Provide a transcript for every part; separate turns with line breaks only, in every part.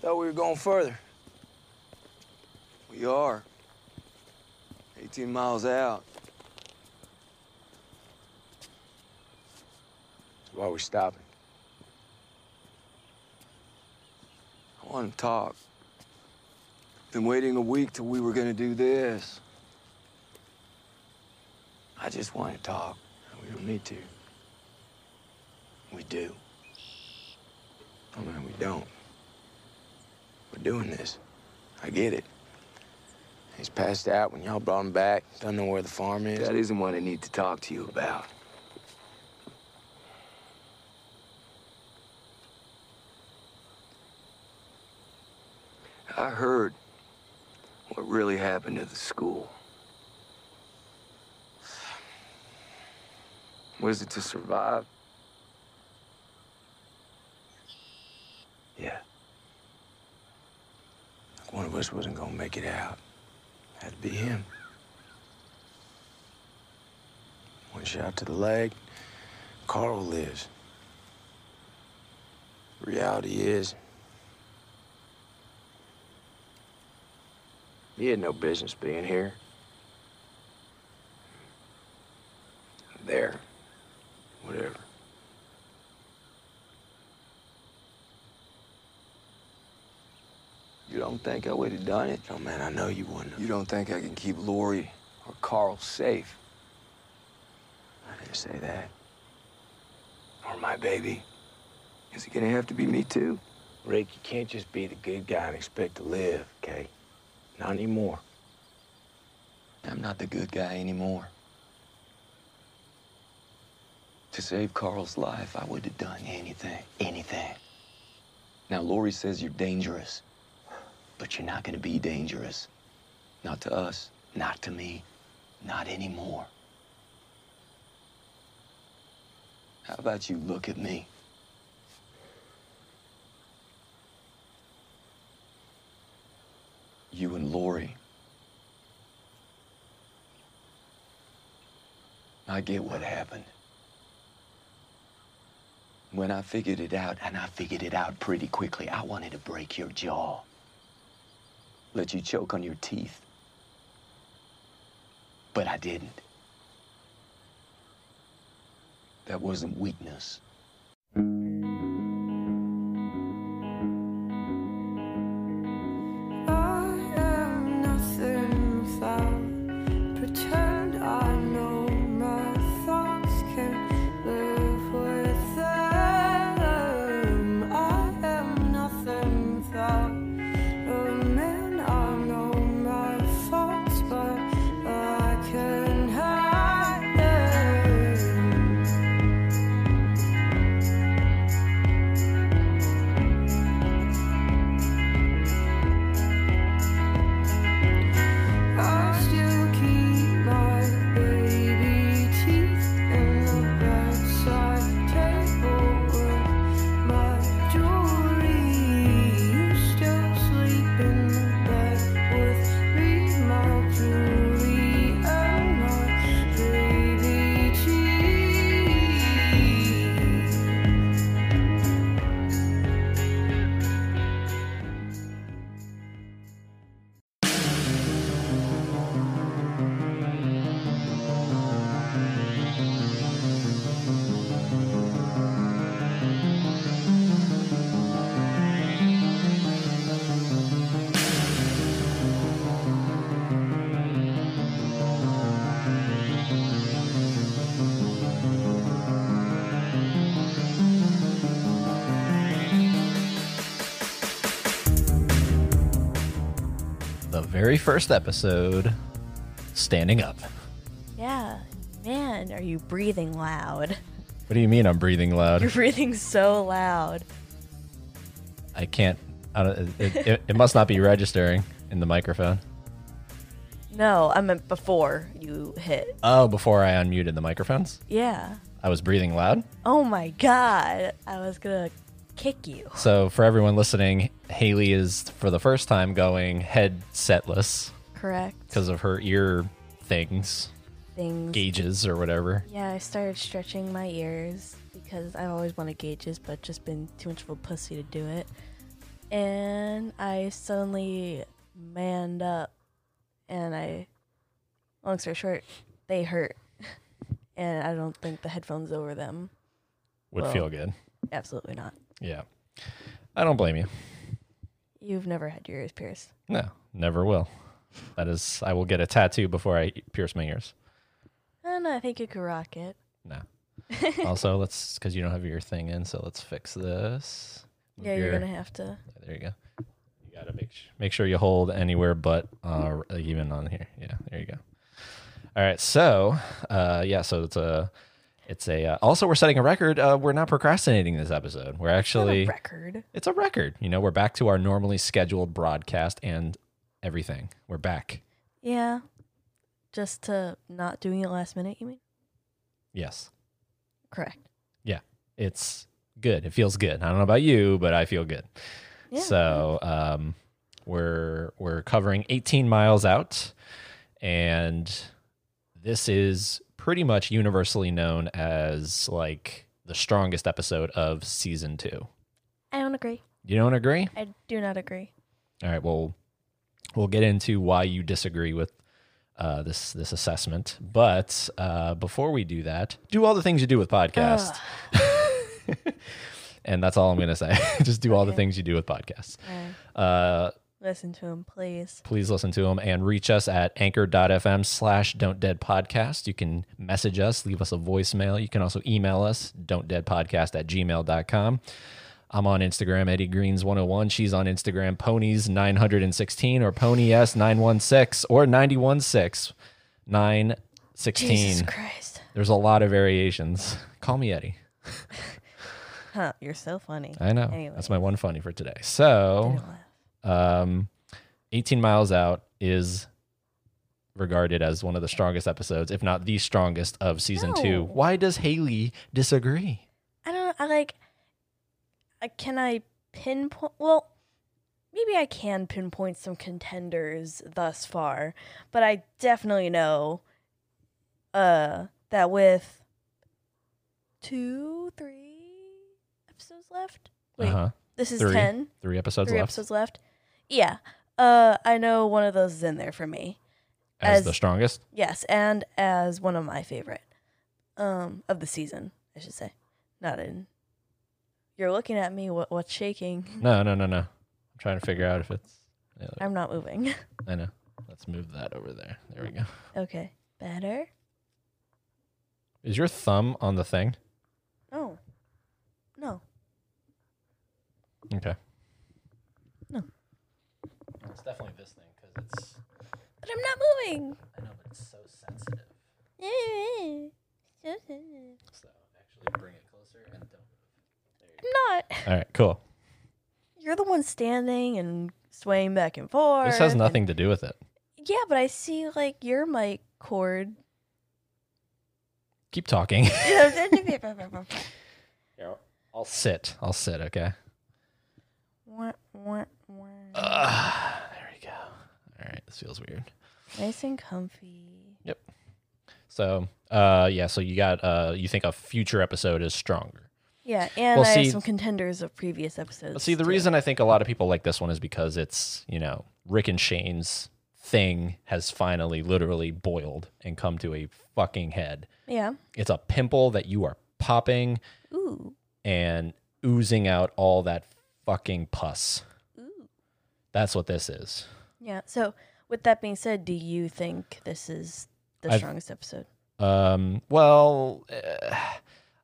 Thought we were going further. We are. 18 miles out. That's why we're stopping. I want to talk. Been waiting a week till we were going to do this. I just want to talk. We don't need to. We do. I mean, we don't. We're doing this. I get it. He's passed out when y'all brought him back. Doesn't know where the farm is.
That isn't what I need to talk to you about. I heard what really happened to the school. Was it to survive?
Yeah. Like one of us wasn't gonna make it out. Had to be him. One shot to the leg, Carl lives. Reality is, he had no business being here. There, whatever.
You don't think I would have done it?
Oh man, I know you wouldn't. have.
You don't think I can keep Lori or Carl safe?
I didn't say that.
Or my baby? Is it gonna have to be me too?
Rick, you can't just be the good guy and expect to live, okay? Not anymore.
I'm not the good guy anymore. To save Carl's life, I would have done anything, anything. Now, Lori says you're dangerous, but you're not gonna be dangerous. Not to us, not to me, not anymore. How about you look at me? You and Lori. I get what happened. When I figured it out, and I figured it out pretty quickly, I wanted to break your jaw. Let you choke on your teeth. But I didn't. That wasn't weakness.
I am nothing without pretend. I know my thoughts can live with them. I am nothing without a man. I know my faults, but I can hide them. I still keep my baby teeth in the bedside table with my jewelry. You still sleep in the bed with me, my jewelry and my baby teeth.
The very first episode, standing up.
Yeah, man, are you breathing loud?
What do you mean I'm breathing
You're
loud?
breathing so loud.
I can't. I don't, it, it, it must not be registering in the microphone.
No, I meant before you hit.
Oh, before I unmuted the microphones,
Yeah.
I was breathing loud.
Oh my god, I was gonna kick you.
So for everyone listening, Haley is for the first time going headsetless
Correct.
because of her ear things,
things.
gauges or whatever.
Yeah, I started stretching my ears because I've always wanted gauges, but just been too much of a pussy to do it. and I suddenly manned up, and I, long story short, they hurt, and I don't think the headphones over them.
Would
Well.
feel good.
Absolutely not.
Yeah. I don't blame you.
You've never had your ears pierced.
No, never will. That is, I will get a tattoo before I pierce my ears.
I don't know. Uh, I think you could rock it.
No. also, let's because you don't have your thing in, so let's fix this. Move
Yeah, you're
your-
gonna have to.
Yeah, There you go. You gotta make sh- make sure you hold anywhere but uh, r- even on here. Yeah, there you go. All right, so uh, yeah, so it's a it's a uh, also we're setting a record. Uh, we're not procrastinating this episode. We're
Have
actually
a record.
it's a record. You know, we're back to our normally scheduled broadcast and everything. We're back.
Yeah, just to not doing it last minute. You mean?
Yes,
Correct.
it's good. It feels good. I don't know about you, but I feel good.
Yeah.
So um, we're we're covering 18 miles out, and this is pretty much universally known as like the strongest episode of season two.
I don't agree.
You don't agree?
I do not agree.
All right. Well, we'll get into why you disagree with uh, this this assessment, but uh, before we do that, do all the things you do with podcasts. And that's all I'm going to say. Just do all the
Okay.
things you do with podcasts.
Alright.
Uh,
Listen to him, please.
please listen to them and reach us at anchor.fm slash don't dead podcast you can message us leave us a voicemail you can also email us don't dead podcast at gmail.com i'm on instagram eddie greens 101 she's on instagram ponies 916 or pony s 916 or 916
Jesus
916
Christ.
there's a lot of variations call me eddie
Huh, you're so funny.
i know
Anyway.
that's my one funny for today so
Didn't laugh.
um, 18 miles out is regarded as one of the strongest episodes if not the strongest of season two
No.
why does haley disagree
I don't I like I, can I pinpoint well maybe I can pinpoint some contenders thus far, but I definitely know uh that with two, three episodes left. Wait,
uh-huh
this is
Three.
ten.
three episodes
three
left
episodes left. Yeah. Uh I know one of those is in there for me.
as,
as-
the strongest
Yes, and as one of my favorite um of the season, I should say. Not in You're looking at me what what's shaking.
no no no no i'm trying to figure out if it's yeah, there-
I'm not moving.
i know let's move that over there there we go
okay. Better?
is your thumb on the thing
No. No.
okay
No.
it's definitely this thing because it's
But I'm not moving.
i know but it's so sensitive
I'm
so actually bring it closer and don't
not.
all right cool
You're the one standing and swaying back and forth.
this has
and-
nothing to do with it
Yeah, but I see like your mic cord.
keep talking
Wah,
I'll sit. I'll sit. Okay.
wah, wah.
Uh, Ah, there we go. All right. This feels weird.
Nice and comfy.
So, uh, yeah. So you got, uh, you think a future episode is stronger?
Yeah, and
Well,
I
see-
have some contenders of previous episodes.
Well, see, the
too.
reason I think a lot of people like this one is because it's, you know, Rick and Shane's thing has finally literally boiled and come to a fucking head.
Yeah.
It's a pimple that you are popping
Ooh.
and oozing out all that fucking pus. That's what this is.
Yeah. So, with that being said, do you think this is the
I've-
strongest episode?
Um, well, uh,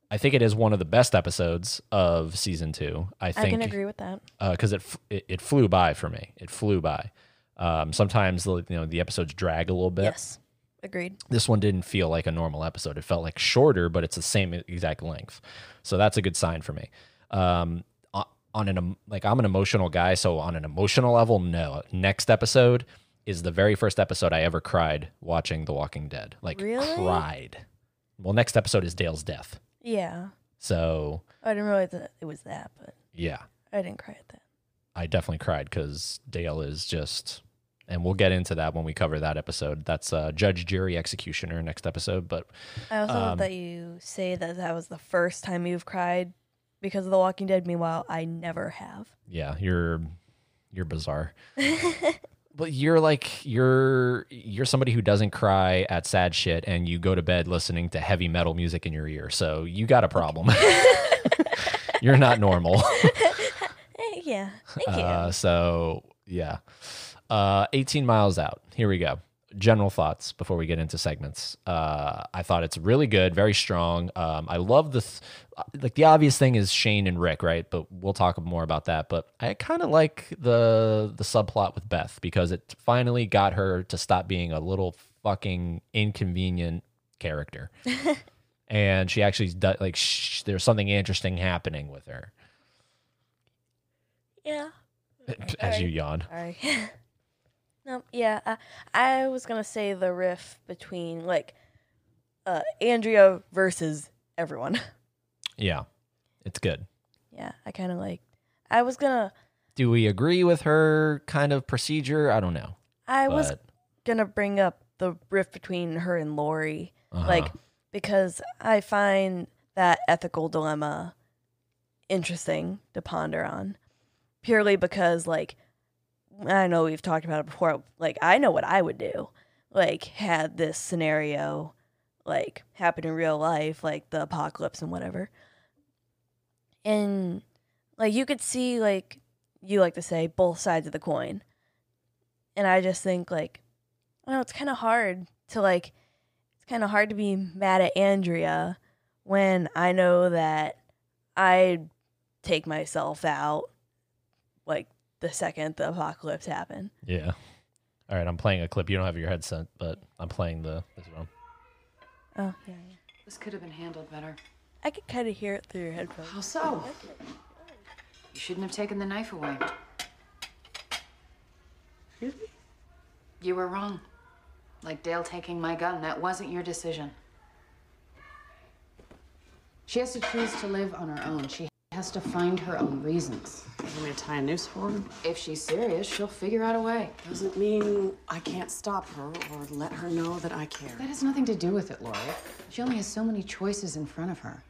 I think it is one of the best episodes of season two. I
I can
think
agree with that.
because it, f- it it flew by for me. It flew by. Um, sometimes the- you know the episodes drag a little bit.
Yes. Agreed.
This one didn't feel like a normal episode. It felt like shorter, but it's the same e-, exact length. So that's a good sign for me. Um, o- on an em- like I'm an emotional guy, so on an emotional level, no. Next episode is the very first episode I ever cried watching The Walking Dead. Like
Really?
cried. Well, next episode is Dale's death.
Yeah.
So
I didn't realize that it was that, but
yeah,
I didn't cry at that.
I definitely cried because Dale is just, and we'll get into that when we cover that episode. That's uh, Judge, Jury, Executioner next episode, but
I also
Um,
love that you say that that was the first time you've cried because of The Walking Dead. Meanwhile, I never have.
yeah, you're You're bizarre. but you're like you're you're somebody who doesn't cry at sad shit and you go to bed listening to heavy metal music in your ear. So you got a problem. you're not normal.
Eh, yeah. Thank you.
Uh, so yeah, uh, 18 miles out. Here we go. General thoughts before we get into segments. Uh, I thought it's really good, very strong. Um, I love the th- like the obvious thing is Shane and Rick, right? But we'll talk more about that. But I kind of like the the subplot with Beth because it finally got her to stop being a little fucking inconvenient character, and she actually do- like shh, there's something interesting happening with her
yeah.
as
Alright.
you yawn.
Sorry. no, yeah, I, I was gonna say the riff between like uh, Andrea versus everyone.
Yeah, it's good.
yeah, I kind of like. I was gonna.
Do we agree with her kind of procedure? I don't know.
I was
but-
gonna bring up the riff between her and Lori,
Uh-huh.
like because I find that ethical dilemma interesting to ponder on, purely because like I know we've talked about it before. Like I know what I would do, like had this scenario like happen in real life, like the apocalypse and whatever, and like you could see like you like to say both sides of the coin and I just think like, I don't know, it's kind of hard to like, it's kind of hard to be mad at Andrea when I know that I take myself out like the second the apocalypse happened.
yeah. All right, I'm playing a clip. You don't have your headset, but I'm playing the this one.
Oh yeah, yeah.
This could have been handled better.
I could kind of hear it through your headphones.
How so? You shouldn't have taken the knife away.
Excuse me?
You were wrong. Like Dale taking my gun, that wasn't your decision. She has to choose to live on her own. She has to find her own reasons.
You want me to tie a noose for her?
If she's serious, she'll figure out a way.
Doesn't mean I can't stop her or let her know that I care.
That has nothing to do with it, Lori. She only has so many choices in front of her.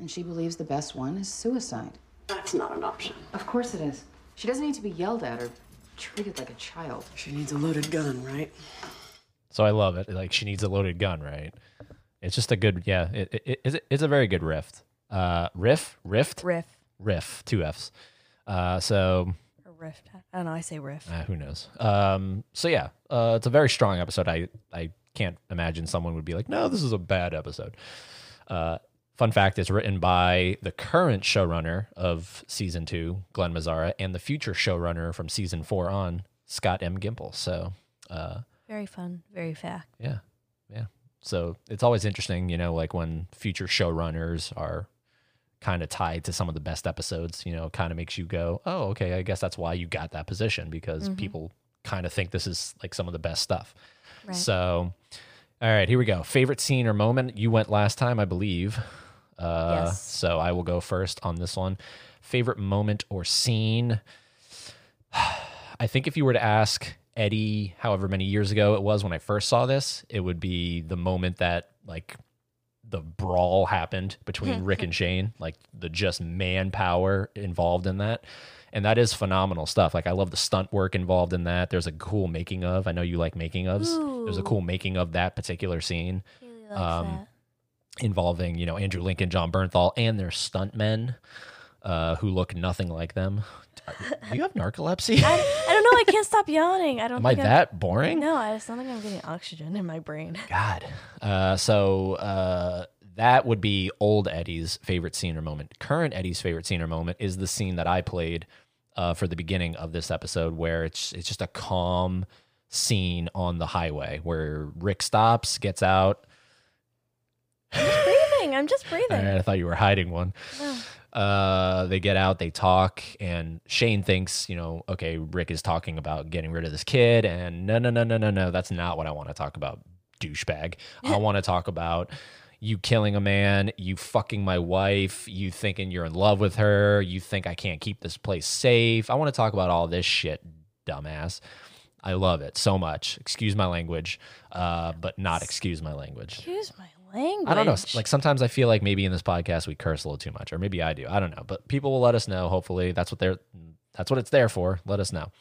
And she believes the best one is suicide.
That's not an option.
Of course it is. She doesn't need to be yelled at or treated like a child.
She needs a loaded gun, right?
So I love it. Like she needs a loaded gun, right? It's just a good yeah. It, it, it- it's a- it's a very good rift. Uh, riff, rift,
Riff
riff, two Fs. Uh, so
or riff? I don't know. I say riff.
Uh, who knows? Um, so yeah, uh, it's a very strong episode. I I can't imagine someone would be like, no, this is a bad episode. Uh, fun fact: it's written by the current showrunner of season two, Glenn Mazzara, and the future showrunner from season four on, Scott M. Gimple. So uh,
Very fun. Very fact.
yeah, yeah. So it's always interesting, you know, like when future showrunners are kind of tied to some of the best episodes, you know, kind of makes you go, oh, okay, I guess that's why you got that position because
Mm-hmm.
people kind of think this is like some of the best stuff.
Right.
So, all right, here we go. Favorite scene or moment? You went last time, I believe. Uh,
Yes.
So I will go first on this one. Favorite moment or scene? I think if you were to ask Eddie, however many years ago it was when I first saw this, it would be the moment that like the brawl happened
Mm-hmm.
between Rick and Shane, like the just manpower involved in that. And that is phenomenal stuff. Like I love the stunt work involved in that. There's a cool making of. I know you like making ofs. There's a
Ooh.
cool making of that particular scene Um, involving you know Andrew Lincoln, John Bernthal, and their stuntmen uh, who look nothing like them. Do you have narcolepsy?
I don't know. I can't stop yawning. I don't.
Am I
think I'm-
that boring?
No, I just don't think I'm getting oxygen in my brain.
God. Uh, so uh, that would be old Eddie's favorite scene or moment. Current Eddie's favorite scene or moment is the scene that I played uh, for the beginning of this episode, where it's it's just a calm scene on the highway where Rick stops, gets out.
breathing. I'm just
All
breathing.
right, Eh, I thought you were hiding one. Uh, they get out, they talk, and Shane thinks, you know, okay, Rick is talking about getting rid of this kid, and no, no, no, no, no, no, that's not what I want to talk about, douchebag. I want to talk about you killing a man, you fucking my wife, you thinking you're in love with her, you think I can't keep this place safe. I want to talk about all this shit, dumbass. I love it so much. Excuse my language, uh, but not excuse my language.
Excuse my language.
I don't know. s- Like sometimes I feel like maybe in this podcast we curse a little too much, or maybe I do. I don't know. But people will let us know. Hopefully, that's what they're that's what it's there for. Let us know.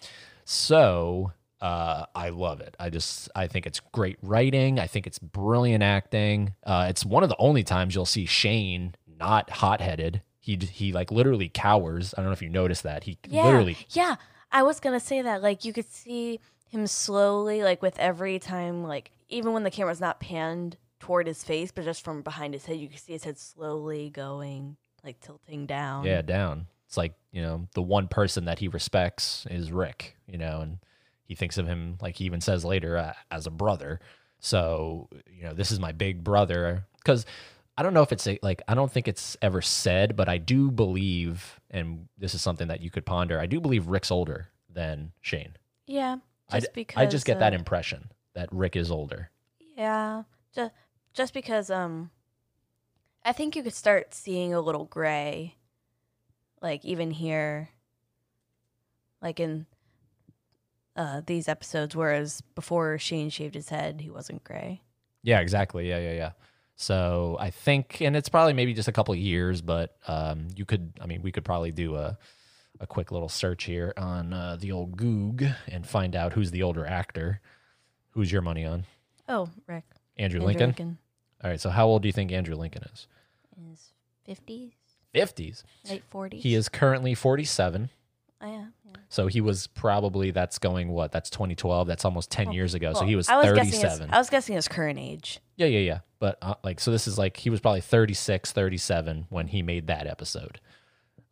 So uh, I love it. I just I think it's great writing. I think it's brilliant acting. Uh, it's one of the only times you'll see Shane not hot headed. He he like literally cowers. I don't know if you noticed that. He
Yeah.
literally
Yeah. I was going to say that. Like, you could see him slowly, like, with every time, like, even when the camera's not panned toward his face, but just from behind his head, you could see his head slowly going, like, tilting down.
yeah down. It's like you know the one person that he respects is Rick. You know, and he thinks of him like he even says later uh, as a brother. So you know this is my big brother because I don't know if it's a, like I don't think it's ever said, but I do believe, and this is something that you could ponder. I do believe Rick's older than Shane.
Yeah.
I
Just
d-
because.
I just get that
uh,
impression that Rick is older.
Yeah. Just just because um I think you could start seeing a little gray like even here like in uh these episodes whereas before Shane shaved his head, he wasn't gray.
Yeah, exactly. Yeah, yeah, yeah. So I think, and it's probably maybe just a couple of years, but um, you could, I mean, we could probably do a, a quick little search here on uh, the old Goog and find out who's the older actor. Who's your money on?
Oh, Rick.
Andrew,
Andrew
Lincoln? All right. So how old do you think Andrew Lincoln is?
is 50s,
50s.
late 40s.
He is currently 47.
Oh, yeah.
So he was probably, that's going what? That's 2012. That's almost 10 years ago. so
Oh, Well,
he was,
I was Guessing
37.
his, I was guessing his current age.
Yeah, yeah, yeah. But uh, like, so this is like he was probably 36, 37 when he made that episode.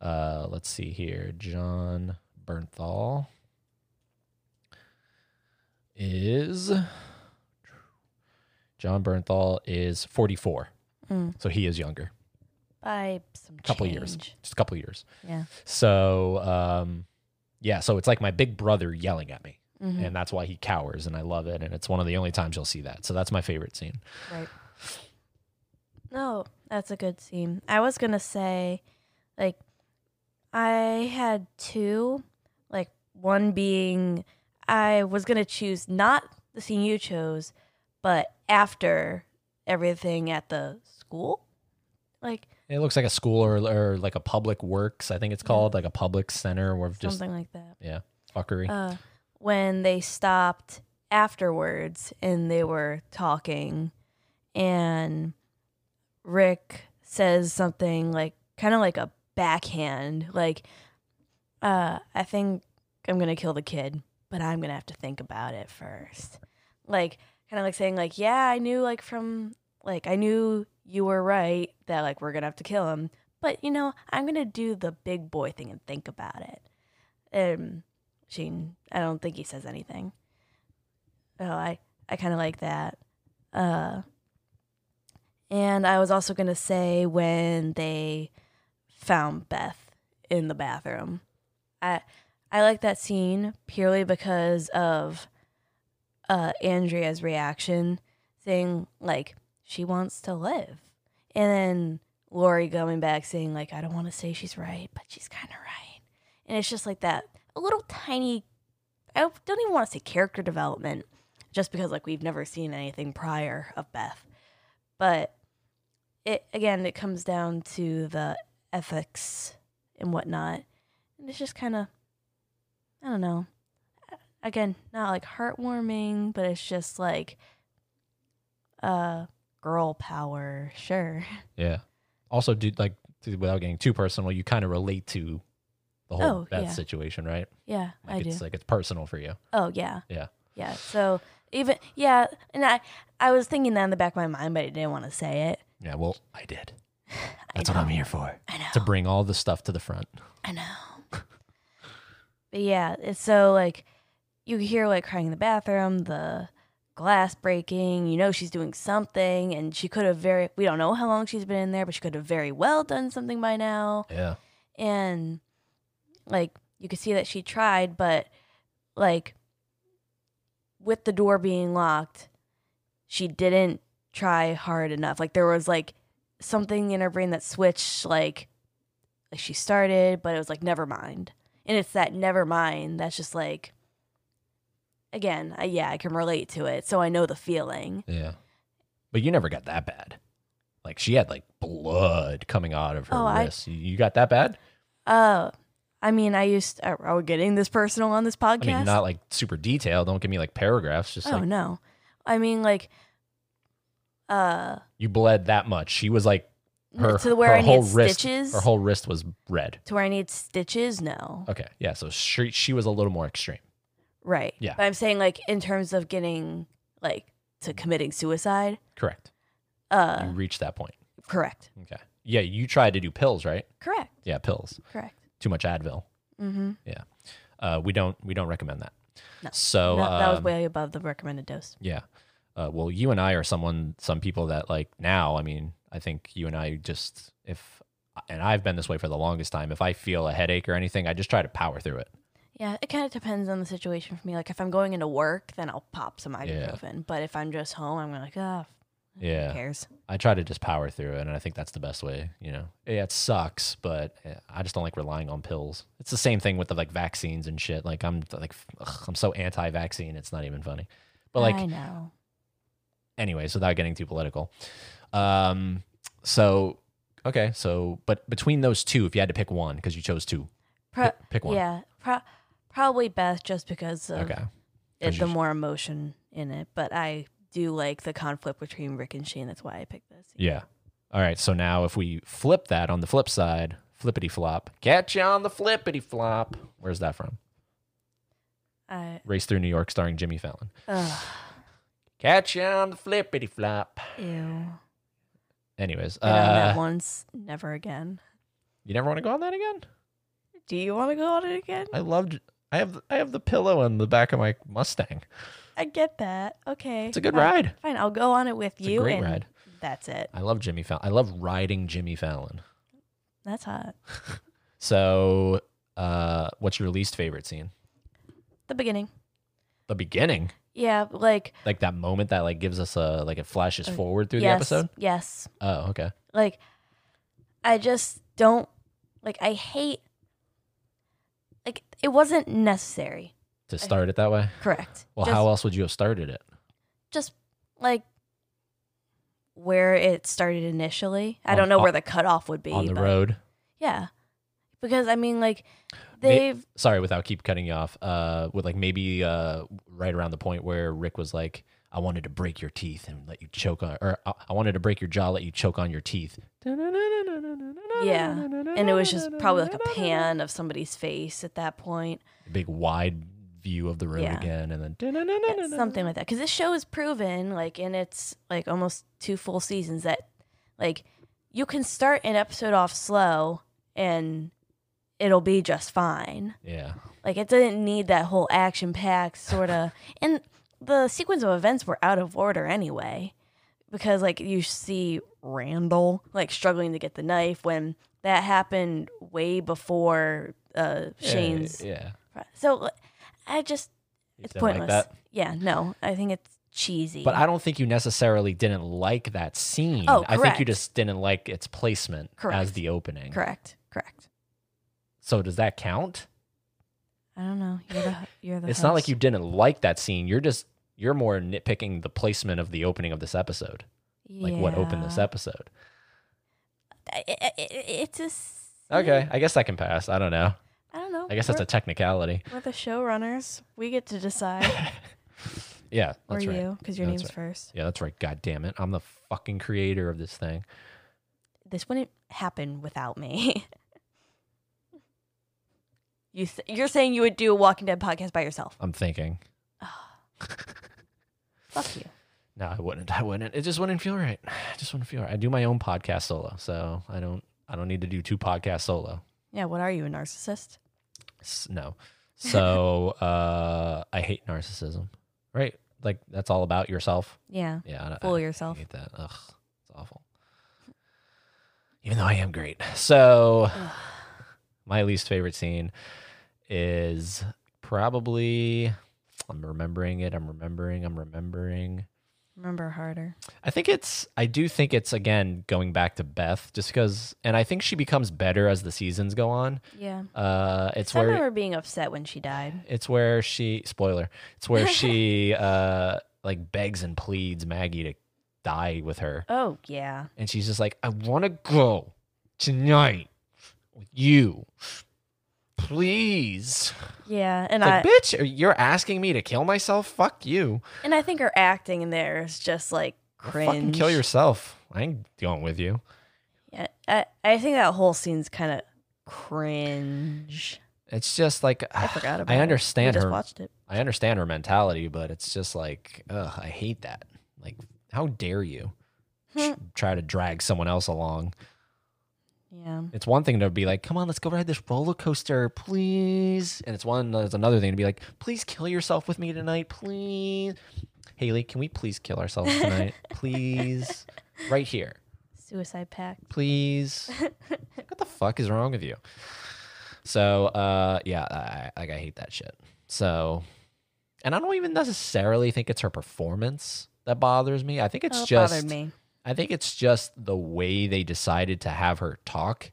Uh, let's see here. John Bernthal is John Bernthal is 44.
Hmm.
So he is younger.
By some
A couple years.
change.
Just a couple years.
Yeah.
So, um, yeah, so it's like my big brother yelling at me.
Mm-hmm.
And that's why he cowers, and I love it. And it's one of the only times you'll see that. So that's my favorite scene.
Right. No, that's a good scene. I was gonna say, like, I had two, like one being I was gonna choose not the scene you chose, but after everything at the school, like
It looks like a school or, or like a public works, I think it's called, like a public center or just,
something like that.
yeah, fuckery.
Uh, when they stopped afterwards and they were talking, and Rick says something like kind of like a backhand, like, uh, I think I'm gonna kill the kid, but I'm gonna have to think about it first. Like, kind of like saying, like, yeah, I knew, like, from like, I knew you were right that, like, we're gonna have to kill him, but you know, I'm gonna do the big boy thing and think about it. Um, And Shane, I don't think he says anything. Oh, I, I kind of like that. Uh, and I was also going to say when they found Beth in the bathroom. I I like that scene purely because of uh, Andrea's reaction saying like she wants to live. And then Lori going back saying like I don't want to say she's right, but she's kind of right. And it's just like that a little tiny I don't don't even want to say character development just because like we've never seen anything prior of Beth. But it again it comes down to the ethics and whatnot and it's just kind of i don't know again not like heartwarming but it's just like uh girl power sure
yeah. Also, do, like, to- without getting too personal, you kind of relate to the whole
Oh,
Beth
yeah.
situation, right?
yeah
Like
i do
it's like it's personal for you.
oh yeah
Yeah.
yeah so even yeah and i i was thinking that in the back of my mind but i didn't want to say it
Yeah, well, I did. That's what I'm here for.
i know
To bring all the stuff to the front.
I know. but yeah, it's so like you hear like crying in the bathroom, the glass breaking, you know she's doing something and she could have very we don't know how long she's been in there, but she could have very well done something by now
Yeah.
and like you could see that she tried but like with the door being locked she didn't try hard enough like there was like something in her brain that switched like like she started but it was like never mind and it's that never mind that's just like again I, yeah i can relate to it so i know the feeling
Yeah. But you never got that bad. Like she had like blood coming out of her
Oh, I-
wrist. You- You got that bad?
oh I mean, I used are, are we getting this personal on this podcast?
I mean, not like super detailed. Don't give me like paragraphs. Just
oh
like
no. I mean like uh
you bled that much. She was like her
to where
her
I
whole
need
wrist.
stitches.
Her whole wrist was red.
to where I need stitches, no.
Okay, yeah. So she she was a little more extreme.
Right.
Yeah.
But I'm saying like in terms of getting like to committing suicide.
Correct.
Uh
you reached that point.
correct.
Okay. Yeah, you tried to do pills, right?
Correct.
Yeah, pills.
Correct.
Too much Advil.
Mm-hmm.
Uh, we don't we don't recommend that.
No.
So
that, that was
um,
way above the recommended dose.
Yeah. Uh, well, you and I are someone, some people that like now. I mean, I think you and I just if, and I've been this way for the longest time. If I feel a headache or anything, I just try to power through it.
Yeah, it kind of depends on the situation for me. Like if I'm going into work, then I'll pop some
Yeah.
ibuprofen. But if I'm just home, I'm like, ah,
Yeah.
who cares?
I try to just power through it, and I think that's the best way. You know, yeah, it sucks, but eh, I just don't like relying on pills. It's the same thing with the like vaccines and shit. Like I'm like ugh, I'm so anti-vaccine, it's not even funny. But like,
I know.
anyways, without getting too political, um, so okay, so but between those two, if you had to pick one, because you chose two,
Pro-
pick- pick one.
Yeah, pro- probably Beth, just because of
okay,
it,
'Cause
the
you-
more emotion in it. But I do like the conflict between Rick and Shane. That's why I picked this.
yeah, all right. So now if we flip that on the flip side, flippity flop, catch you on the flippity flop. Where's that from?
I,
Race Through New York, starring Jimmy Fallon.
ugh,
Catch you on the flippity flop.
ew.
Anyways,
Been on
uh,
that once, never again.
you never want to go on that again.
Do you want to go on it again?
I loved. I have. I have the pillow on the back of my Mustang.
I get that. Okay,
It's a good
fine.
ride.
Fine, I'll go on it with
It's a
you.
great
and
ride.
That's it.
I love Jimmy Fallon. I love riding Jimmy Fallon.
That's hot.
So, uh, what's your least favorite scene?
The beginning.
The beginning,
Yeah, like
like that moment that like gives us a like it flashes forward through
yes,
the episode.
Yes.
Oh, okay.
Like I just don't like I hate like it wasn't necessary.
To start it that way.
Correct.
Well,
just,
how else would you have started it?
just like where it started initially. I
On-
don't know
on-
where the cutoff would be.
on the
but-
road.
Yeah. Because I mean like
Ma-
they've
sorry without keep cutting you off uh with like maybe uh right around the point where rick was like i wanted to break your teeth and let you choke on or i, I wanted to break your jaw let you choke on your teeth
yeah. And it was just probably like a pan of somebody's face at that point.
big wide view of the road
Yeah.
again and
Yeah,
then
something like that because this show is proven like in its like almost two full seasons that like you can start an episode off slow and it'll be just fine
yeah
like it didn't need that whole action packed sort of and the sequence of events were out of order anyway because like you see randall like struggling to get the knife when that happened way before uh shane's
yeah
so i just it's
didn't like
pointless.
that?
Yeah, no, I think it's cheesy.
but i don't think you necessarily didn't like that scene
Oh,
i think you
correct.
just didn't like its placement as
Correct.
the opening
correct, correct.
so does that count
I don't know. You're the you're the.
it's not like you
host.
didn't like that scene you're just you're more nitpicking the placement of the opening of this episode like what opened this
Yeah.
episode.
I- I- I- it's a. s-
Okay, I guess I can pass. I don't know.
I don't know.
I guess that's a
we're,
technicality.
we're the showrunners. We get to decide.
Yeah,
or
that's right.
you, because your
That's
name's
right.
first.
Yeah, that's right. God damn it. I'm the fucking creator of this thing.
This wouldn't happen without me. you th- you're saying you would do a Walking Dead podcast by yourself?
I'm thinking.
Fuck you.
No, I wouldn't. I wouldn't. It just wouldn't feel right. It just wouldn't feel right. I do my own podcast solo, so I don't I don't need to do two podcasts solo.
Yeah. What are you, a narcissist?
S- No. So uh I hate narcissism. Right? Like that's all about yourself.
Yeah.
Yeah, I don't- I
Fool
don't
yourself.
hate that. Ugh, it's awful. Even though I am great. So, my least favorite scene is probably. I'm remembering it. I'm remembering. I'm remembering.
Remember harder.
I think it's. I do think it's again going back to Beth, just because, and I think she becomes better as the seasons go on.
Yeah.
Uh, it's
I
where
remember being upset when she died.
it's where she spoiler. It's where she uh like begs and pleads Maggie to die with her.
Oh yeah.
and she's just like, I want to go tonight with you.
please.
Yeah, and
It's
I
like, bitch, you're asking me to kill myself? Fuck you.
and I think her acting in there is just like cringe.
Fucking kill yourself. I ain't going with you.
Yeah, I, I think that whole scene's kind of cringe.
It's just like
I forgot about.
I
it.
understand
we just
her.
Watched it.
I understand her mentality, but it's just like, ugh, I hate that. Like, how dare you
Hmm.
tr- try to drag someone else along?
Yeah.
It's one thing to be like, come on, let's go ride this roller coaster, please. And it's one, it's another thing to be like, please kill yourself with me tonight, please. Haley, can we please kill ourselves tonight? please. Right here.
Suicide Pact.
Please. what the fuck is wrong with you? So, uh, yeah, I, I- like I hate that shit. So, and I don't even necessarily think it's her performance that bothers me. I think it's
Oh, it
just
bothered me.
I think it's just the way they decided to have her talk.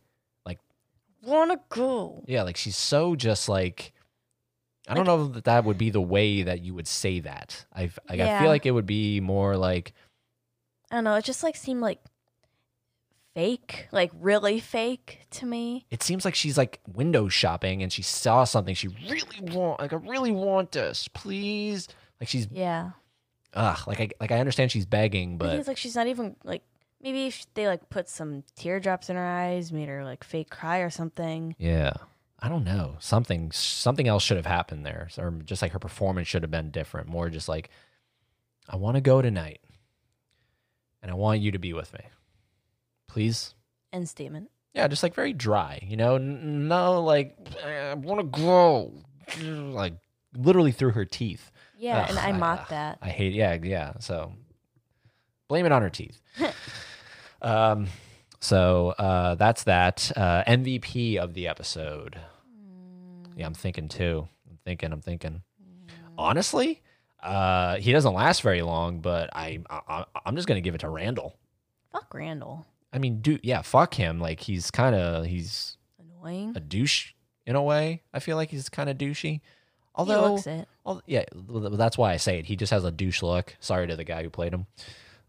Wanna go?
Yeah, like she's so just like I don't know that that would be the way that you would say that. I f- like I
Yeah.
feel like it would be more like
I don't know. It just like seemed like fake, like really fake to me.
it seems like she's like window shopping and she saw something she really want like I really want this, please. Like she's
Yeah.
ugh, like I like I understand she's begging,
I think
but
it's like she's not even like maybe if they like put some teardrops in her eyes, made her like fake cry or something.
yeah. I don't know. Something something else should have happened there or just like her performance should have been different, more just like I want to go tonight and I want you to be with me. Please.
End statement.
Yeah, just like very dry, you know? N- No, like, I want to grow. Like, literally through her teeth.
Yeah, and
Ugh,
I
ugh,
mocked that.
I hate, yeah, yeah. So blame it on her teeth. um, so uh, that's that. Uh, MVP of the episode. Yeah, I'm thinking too. I'm thinking, I'm thinking. Honestly, uh, he doesn't last very long, but I, I, I'm just going to give it to Randall.
Fuck Randall.
I mean, dude, yeah, fuck him. Like, he's kind of, he's
Annoying.
a douche in a way. I feel like he's kind of douchey.
he
Although,
looks it.
al- yeah, th- th- that's why I say it. He just has a douche look. Sorry to the guy who played him,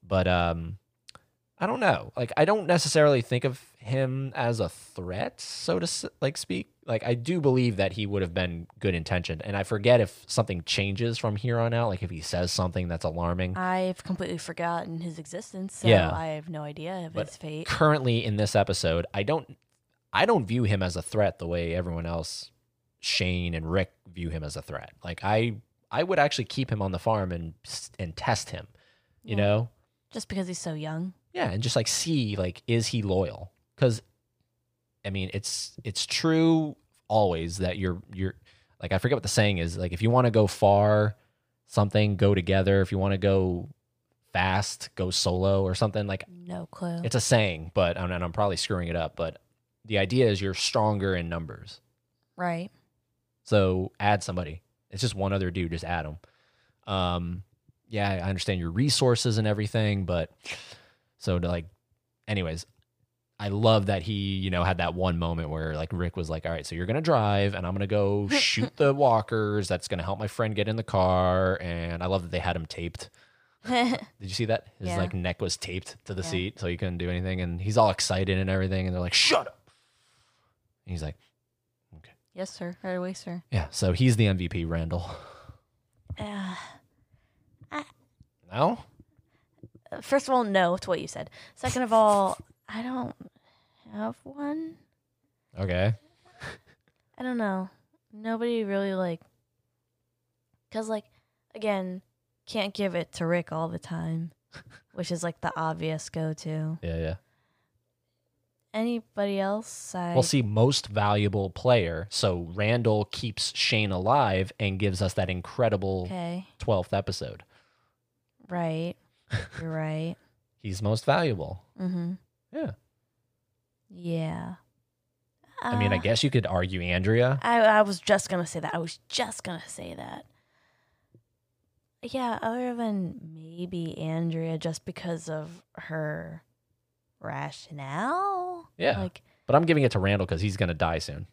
but um, I don't know. Like, I don't necessarily think of him as a threat, so to s- like speak. Like, I do believe that he would have been good intentioned, and I forget if something changes from here on out. Like, if he says something that's alarming.
I've completely forgotten his existence, so
Yeah.
I have no idea of his fate.
currently in this episode, I don't I don't view him as a threat the way everyone else Shane and Rick view him as a threat. Like I I would actually keep him on the farm and and test him, you know?
Just because he's so young.
Yeah, and just like see like is he loyal? Cuz I mean, it's it's true always that you're you're like I forget what the saying is, like if you want to go far, something go together, if you want to go fast, go solo or something like
No clue.
it's a saying, but and I'm probably screwing it up. But the idea is you're stronger in numbers,
right.
so add somebody. It's just one other dude, just add him. Um, yeah, I understand your resources and everything, but so to like, anyways, I love that he you know had that one moment where like Rick was like, all right, so you're gonna drive, and I'm gonna go shoot the walkers. That's gonna help my friend get in the car, and I love that they had him taped. Did you see that? His
Yeah.
like neck was taped to the seat, so he couldn't do anything. And he's all excited and everything. And they're like, "Shut up!" And he's like,
yes, sir. Right away, sir.
"Yeah." So he's the MVP, Randall.
Uh,
No,
first of all, no to what you said. Second of all, I don't have one.
okay,
I don't know. Nobody really like cuz like again, can't give it to Rick all the time, which is like the obvious go-to.
yeah, yeah.
Anybody else? I
We'll see most valuable player. So Randall keeps Shane alive and gives us that incredible
Okay.
twelfth episode.
Right. You're right.
He's most valuable.
Mhm.
Yeah.
Yeah.
I mean, I
Uh,
guess you could argue Andrea.
I, I was just gonna say that. I was just gonna say that. Yeah, other than maybe Andrea, just because of her rationale.
Yeah.
Like,
But I'm giving it to Randall because he's gonna die soon.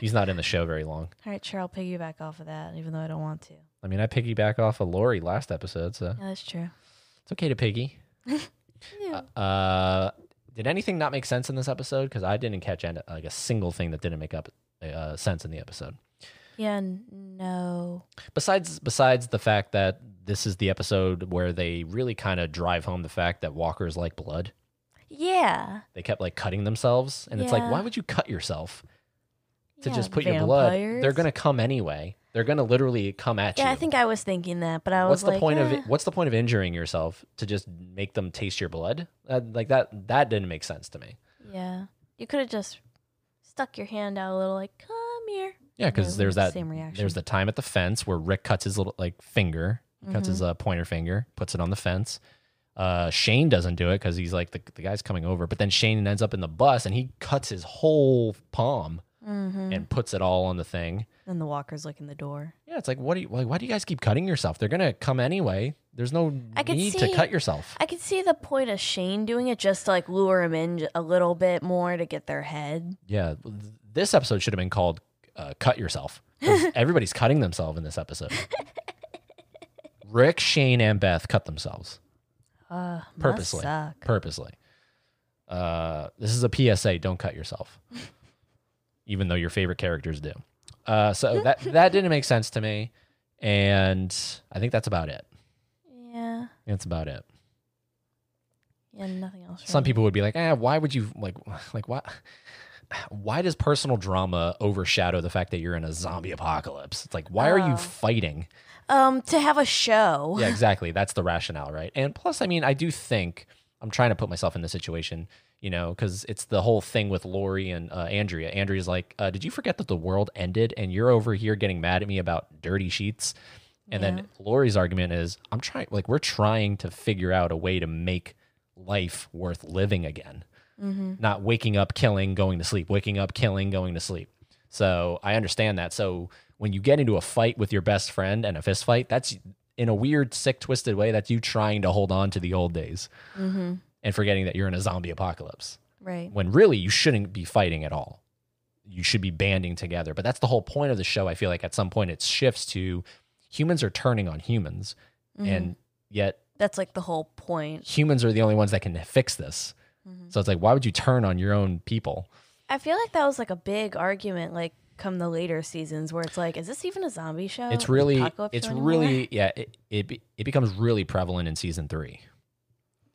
He's not in the show very long.
all right, sure, I'll piggyback off of that, even though I don't want to.
I mean, I piggyback off of Lori last episode, so
Yeah, that's true.
it's okay to piggy.
Yeah.
Uh, did anything not make sense in this episode? Because I didn't catch an, like a single thing that didn't make up uh, sense in the episode.
Yeah, n- no.
Besides, besides the fact that this is the episode where they really kind of drive home the fact that walkers like blood.
Yeah.
They kept like cutting themselves, and it's like,
Yeah.
why would you cut yourself to
Yeah,
just put your blood? They're
vampires.
gonna come anyway. They're gonna literally come at you.
Yeah, I think I was thinking that, but I
what's
was
the
like,
point of
eh.
it, what's the point of injuring yourself to just make them taste your blood? Uh, like that that didn't make sense to me.
Yeah. You could have just stuck your hand out a little, like, come here.
Yeah,
And
because
they would
there's that
have the same reaction.
there's the time at the fence where Rick cuts his little like finger, He cuts
Mm-hmm.
his uh, pointer finger, puts it on the fence. Uh, Shane doesn't do it because he's like the, the guy's coming over, but then Shane ends up in the bus and he cuts his whole palm
Mm-hmm.
and puts it all on the thing.
And the walker's looking the door.
Yeah, it's like what do you like, why do you guys keep cutting yourself? They're gonna come anyway. There's no
I could
need to
see-
cut yourself.
I could see the point of Shane doing it just to like lure him in j- a little bit more to get their head.
Yeah, th- this episode should have been called uh, "Cut Yourself." 'cause everybody's cutting themselves in this episode. Rick, Shane, and Beth cut themselves
Uh, must
purposely.
suck.
Purposely. Uh, this is a PSA: don't cut yourself, even though your favorite characters do. Uh, so that that didn't make sense to me, and I think that's about it.
Yeah.
That's about it.
Yeah, nothing else.
Some
really.
people would be like, "Ah, why would you like like why why does personal drama overshadow the fact that you're in a zombie apocalypse? It's like, why are
Oh.
you fighting?
Um, to have a show.
Yeah, exactly. That's the rationale, right? And plus, I mean, I do think I'm trying to put myself in this situation, you know, because it's the whole thing with Lori and uh, Andrea. Andrea's like, uh, "Did you forget that the world ended and you're over here getting mad at me about dirty sheets?" And then Lori's argument is, "I'm trying, like, we're trying to figure out a way to make life worth living again."
Mm-hmm.
not waking up, killing, going to sleep, waking up, killing, going to sleep. So I understand that. So when you get into a fight with your best friend and a fist fight, that's in a weird, sick, twisted way, that's you trying to hold on to the old days
Mm-hmm.
and forgetting that you're in a zombie apocalypse
Right.
when really you shouldn't be fighting at all. You should be banding together. But that's the whole point of the show. I feel like at some point it shifts to humans are turning on humans
Mhm.
and yet
That's like the whole point.
humans are the only ones that can fix this.
Mhm.
So it's like, why would you turn on your own people?
I feel like that was like a big argument, like come the later seasons, where it's like, is this even a zombie show?
it's really
Apocalypse
it's
show anymore?
really yeah it, it be- it becomes really prevalent in season three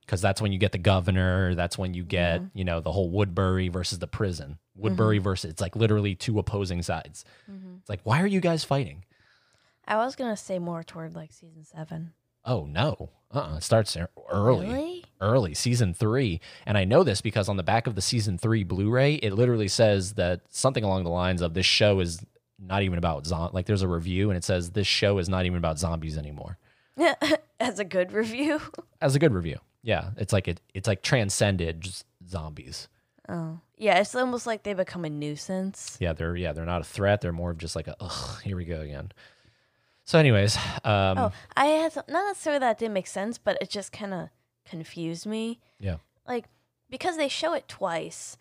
because that's when you get the governor that's when you get
Mm-hmm.
you know the whole woodbury versus the prison woodbury versus it's like literally two opposing sides
Mm-hmm.
it's like why are you guys fighting
I was gonna say more toward like season seven.
oh no uh-uh it starts e- early
Really?
early season three and i know this because on the back of the season three blu-ray it literally says that something along the lines of this show is not even about zombies like there's a review and it says this show is not even about zombies anymore
As a good review.
as a good review. Yeah, it's like it, it's like transcended just zombies.
Oh, yeah. It's almost like they become a nuisance.
Yeah, they're yeah they're not a threat. They're more of just like a ugh, here we go again. So, anyways, um,
oh, I had some, not necessarily that didn't make sense, but it just kind of confused me.
yeah,
Like because they show it twice.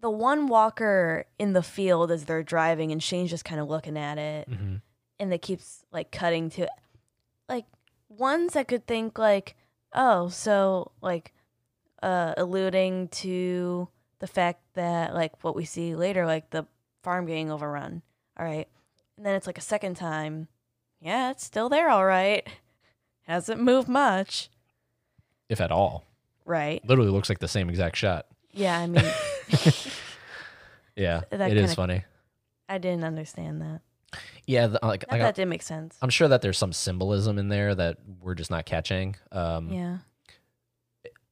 The one walker in the field as they're driving, and Shane's just kind of looking at it,
Mhm.
and they keeps like cutting to it. Like ones that could think like, oh, so like uh alluding to the fact that like what we see later, like the farm getting overrun. All right. And then it's like a second time, yeah, it's still there all right. Hasn't moved much.
if at all,
Right.
literally looks like the same exact shot.
Yeah, I mean
Yeah, it is
That kinda-
funny.
I didn't understand that.
Yeah, the, like,
Not
like
that didn't make sense.
I'm sure that there's some symbolism in there that we're just not catching. Um,
yeah.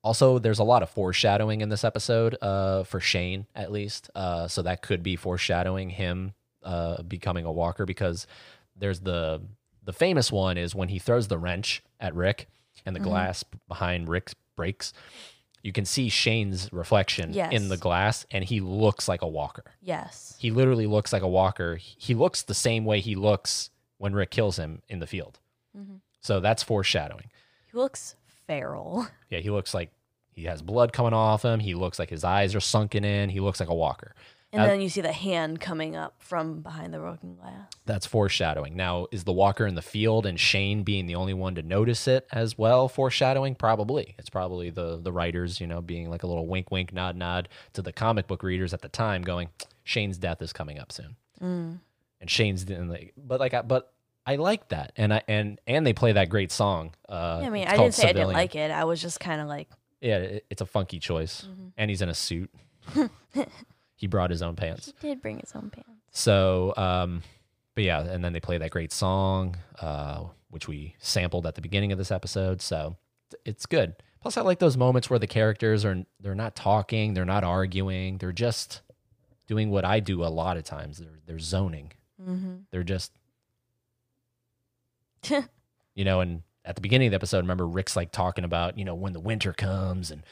Also, there's a lot of foreshadowing in this episode uh, for Shane, at least. Uh, so that could be foreshadowing him uh, becoming a walker because there's the the famous one is when he throws the wrench at Rick and the glass behind Rick breaks. You can see Shane's reflection in
Yes.
the glass, and he looks like a walker.
Yes.
He literally looks like a walker. He looks the same way he looks when Rick kills him in the field.
Mhm.
So that's foreshadowing.
He looks feral.
Yeah, he looks like he has blood coming off him. He looks like his eyes are sunken in. He looks like a walker.
And
Uh,
then you see the hand coming up from behind the broken glass.
That's foreshadowing. Now, is the walker in the field and Shane being the only one to notice it as well foreshadowing? Probably. It's probably the the writers, you know, being like a little wink wink nod nod to the comic book readers at the time going, Shane's death is coming up soon,
Mm.
and Shane's didn't like, but like, I, but I like that, and I and and they play that great song. Uh,
I mean,
it's
I
called
didn't say I didn't
Civilian.
like it. I was just kind of like,
Yeah, it, it's a funky choice, and he's in a suit. he brought his own pants.
he did bring his own pants.
So, um, but yeah, and then they play that great song, uh, which we sampled at the beginning of this episode. So t- it's good. Plus, I like those moments where the characters are they're not talking, they're not arguing, they're just doing what I do a lot of times. They're they're zoning.
Mm-hmm.
They're just, you know, and at the beginning of the episode, remember Rick's like talking about you know when the winter comes and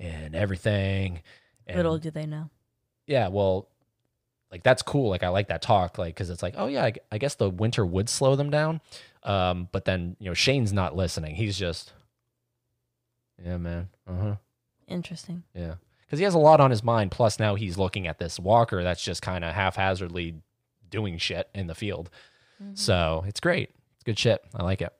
and everything. And
Little do they know.
yeah, well, like that's cool. Like I like that talk, like because it's like, oh yeah, I, gu- I guess the winter would slow them down. Um, but then you know Shane's not listening. He's just, yeah, man, uh huh,
Interesting.
yeah, because he has a lot on his mind. Plus now he's looking at this walker that's just kind of haphazardly doing shit in the field.
Mm-hmm.
So it's great. It's good shit. I like it.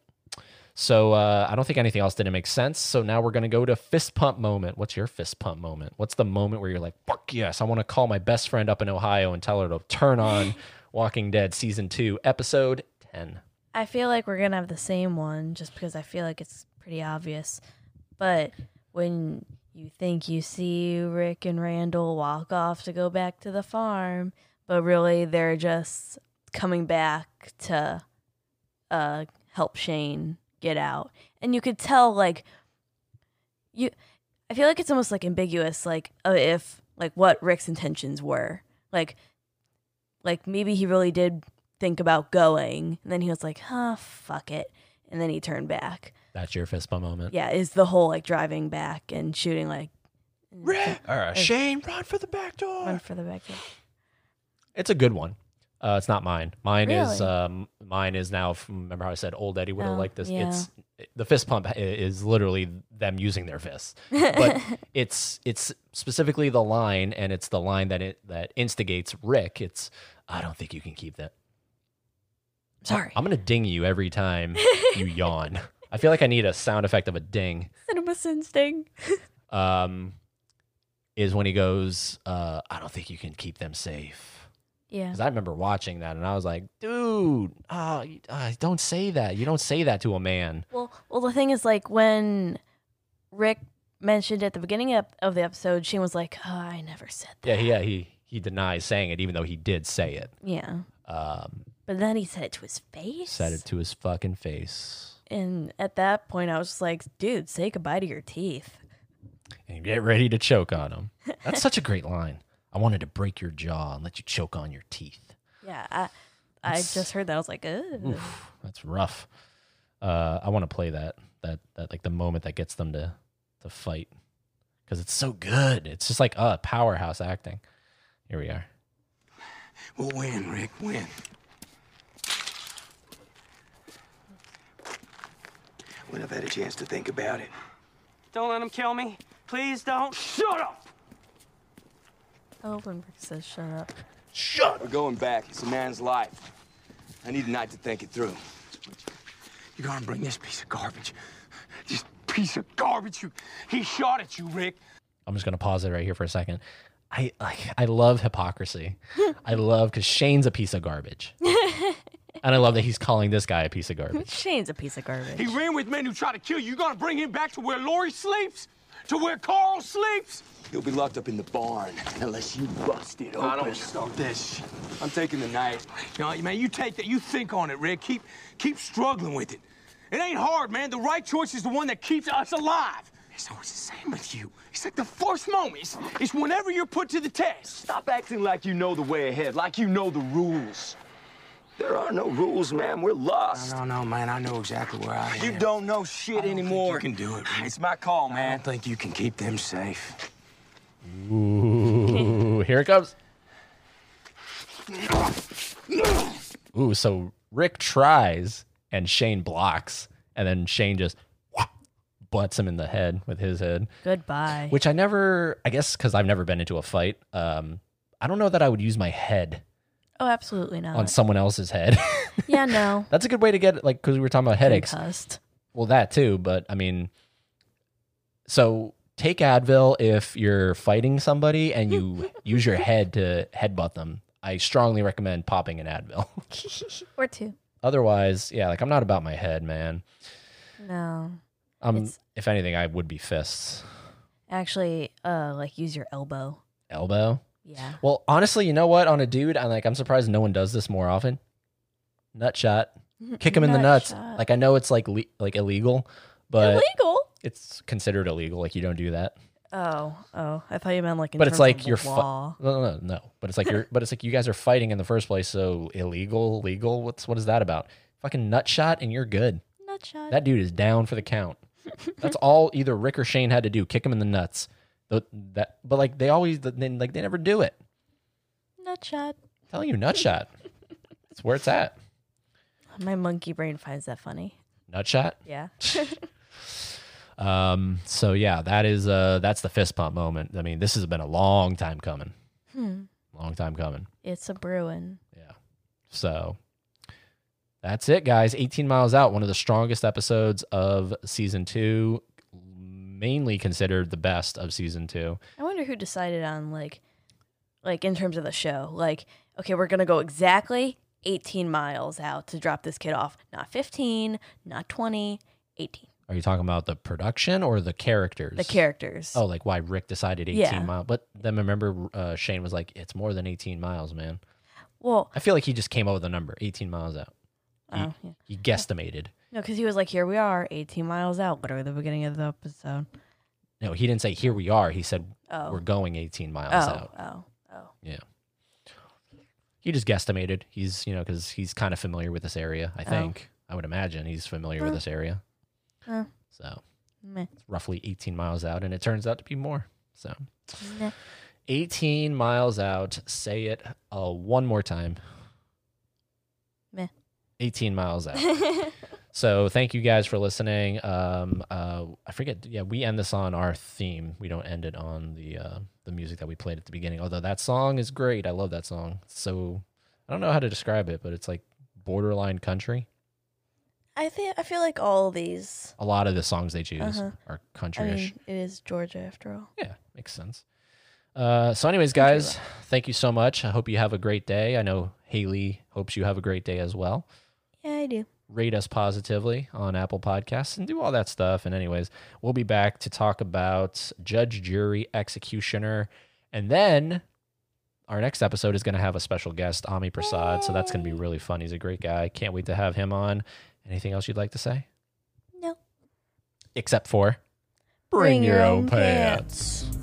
So uh, I don't think anything else didn't make sense. So now we're gonna go to fist pump moment. What's your fist pump moment? What's the moment where you're like, fuck yes, I want to call my best friend up in Ohio and tell her to turn on Walking Dead season two, episode ten.
I feel like we're gonna have the same one just because I feel like it's pretty obvious. But when you think you see Rick and Randall walk off to go back to the farm, but really they're just coming back to uh help Shane get out. And you could tell like you I feel like it's almost like ambiguous like uh, if like what Rick's intentions were. Like like maybe he really did think about going and then he was like huh fuck it and then he turned back
That's your fist pump moment.
yeah is the whole like driving back and shooting like
All right,
Shane, run for the back door.
run for the back door.
It's a good one. Uh, it's not mine. Mine is
Really?
um, mine is now. From, remember how I said old Eddie would have
Oh,
liked this?
yeah.
It's the fist pump i- is literally them using their fists, but it's it's specifically the line, and it's the line that it that instigates Rick. It's I don't think you can keep that.
sorry
I'm gonna ding you every time you yawn. I feel like I need a sound effect of a ding
cinema instinct
um, is when he goes, uh, I don't think you can keep them safe.
yeah
Because I remember watching that and I was like, dude, uh, you- uh, don't say that. You don't say that to a man.
well well the thing is like when rick mentioned at the beginning of, of the episode she was like oh, i never said that
Yeah, he- yeah, he, he denies saying it, even though he did say it.
yeah
Um,
but then he said it to his face
said it to his fucking face.
and at that point i was just like dude say goodbye to your teeth
And get ready to choke on him. That's such a great line. I wanted to break your jaw and let you choke on your teeth.
yeah i i just heard that i was like Ugh.
Oof, that's rough. Uh, I want to play that that that like the moment that gets them to to fight because it's so good. It's just like uh powerhouse acting. Here we are.
We'll win, Rick. Win. When I've had a chance to think about it.
Don't let him kill me. Please don't. Shut up!
oh when rick says shut up
Shut. We're going back. It's a man's life. I need a night to think it through. You gotta bring this piece of garbage. This piece of garbage. You, he shot at you, Rick.
I'm just gonna pause it right here for a second. I like I love hypocrisy. I love because Shane's a piece of garbage, and I love that he's calling this guy a piece of garbage.
Shane's a piece of garbage.
He ran with men who tried to kill you. You gonna bring him back to where Lori sleeps? To where Carl sleeps? He'll be locked up in the barn unless you bust it open. I don't start this. shit. I'm taking the knife. No, man, you take that. You think on it, Rick. Keep, keep struggling with it. It ain't hard, man. The right choice is the one that keeps us alive. It's always the same with you. It's like the first moment. It's, it's whenever you're put to the test.
Stop acting like you know the way ahead, like you know the rules. There are no rules, man. We're lost.
No, no, man. I know exactly where I am.
You don't know shit anymore.
you can do it, Rick.
It's my call,
I
man.
don't think you can keep them safe.
Ooh, here it comes. Ooh, so Rick tries and Shane blocks, and then Shane just butts him in the head with his head,
Goodbye.
which I never, I guess, because I've never been into a fight. Um, I don't know that I would use my head
oh, absolutely not.
on someone else's head.
yeah, no.
That's a good way to get, like, because we were talking about headaches.
Concussed.
Well, that too, but I mean, so take Advil if you're fighting somebody and you use your head to headbutt them. I strongly recommend popping an Advil.
or two.
Otherwise, yeah, like I'm not about my head, man.
No.
I'm,
It's-
if anything, I would be fists,
Actually, uh, like use your elbow.
elbow.
Yeah.
Well, honestly, you know what? On a dude, I'm like, I'm surprised no one does this more often. Nut shot, kick him in the
Nut
nuts.
shot.
Like I know it's like le- like illegal, but
Illegal.
it's considered illegal. Like you don't do that.
Oh, oh. I thought you meant like in
but
terms
it's
of
like
the
you're fi-
law.
no, no, no, no. But it's like you're, but it's like you guys are fighting in the first place. So illegal, legal. What's what is that about? Fucking nut shot, and you're good.
Nutshot.
That dude is down for the count. That's all either Rick or Shane had to do: kick him in the nuts. Th- That, but like they always, then like they never do it.
Nutshot.
I'm telling you, nut shot. That's where it's at.
My monkey brain finds that funny.
Nut shot.
Yeah.
Um, so yeah, that is uh that's the fist pump moment. I mean, this has been a long time coming. Long time coming.
Hmm. it's a Bruin.
So that's it, guys. 18 miles out, one of the strongest episodes of season two, mainly considered the best of season two.
I wonder who decided on like like in terms of the show. Like, okay, we're gonna go exactly 18 miles out to drop this kid off. Not 15, not 20, 18.
Are you talking about the production or the characters?
The characters.
Oh, like why Rick decided 18
Yeah.
miles. But then remember, uh, Shane was like, it's more than 18 miles, man.
Well,
I feel like he just came up with a number 18 miles out. He,
oh, yeah.
he guesstimated.
No, because he was like, here we are, 18 miles out, literally the beginning of the episode.
No, he didn't say here we are. He said
Oh.
we're going 18 miles
oh,
out.
oh, oh.
Yeah. He just guesstimated. He's, you know, because he's kind of familiar with this area, I
Oh.
think. I would imagine he's familiar with this area.
Huh.
So
Meh.
it's roughly 18 miles out, and it turns out to be more. So
Meh.
18 miles out. Say it uh, one more time.
Meh.
18 miles out. so thank you guys for listening. Um, uh, I forget. Yeah, we end this on our theme. We don't end it on the uh, the music that we played at the beginning. Although that song is great. I love that song. So I don't know how to describe it, but it's like borderline country.
I think I feel like all these.
A lot of the songs they choose
Uh-huh.
are
I
countryish.
mean, it is Georgia after all.
Yeah, makes sense. Uh, so, anyways, guys, thank you so much. I hope you have a great day. I know Haley hopes you have a great day as well.
Yeah, I do.
Rate us positively on Apple Podcasts and do all that stuff. And, anyways, we'll be back to talk about Judge, Jury, Executioner. And then our next episode is going to have a special guest, Ami Prasad. So, that's going to be really fun. He's a great guy. Can't wait to have him on. Anything else you'd like to say?
No.
Except for
Bring your own pants.
pants.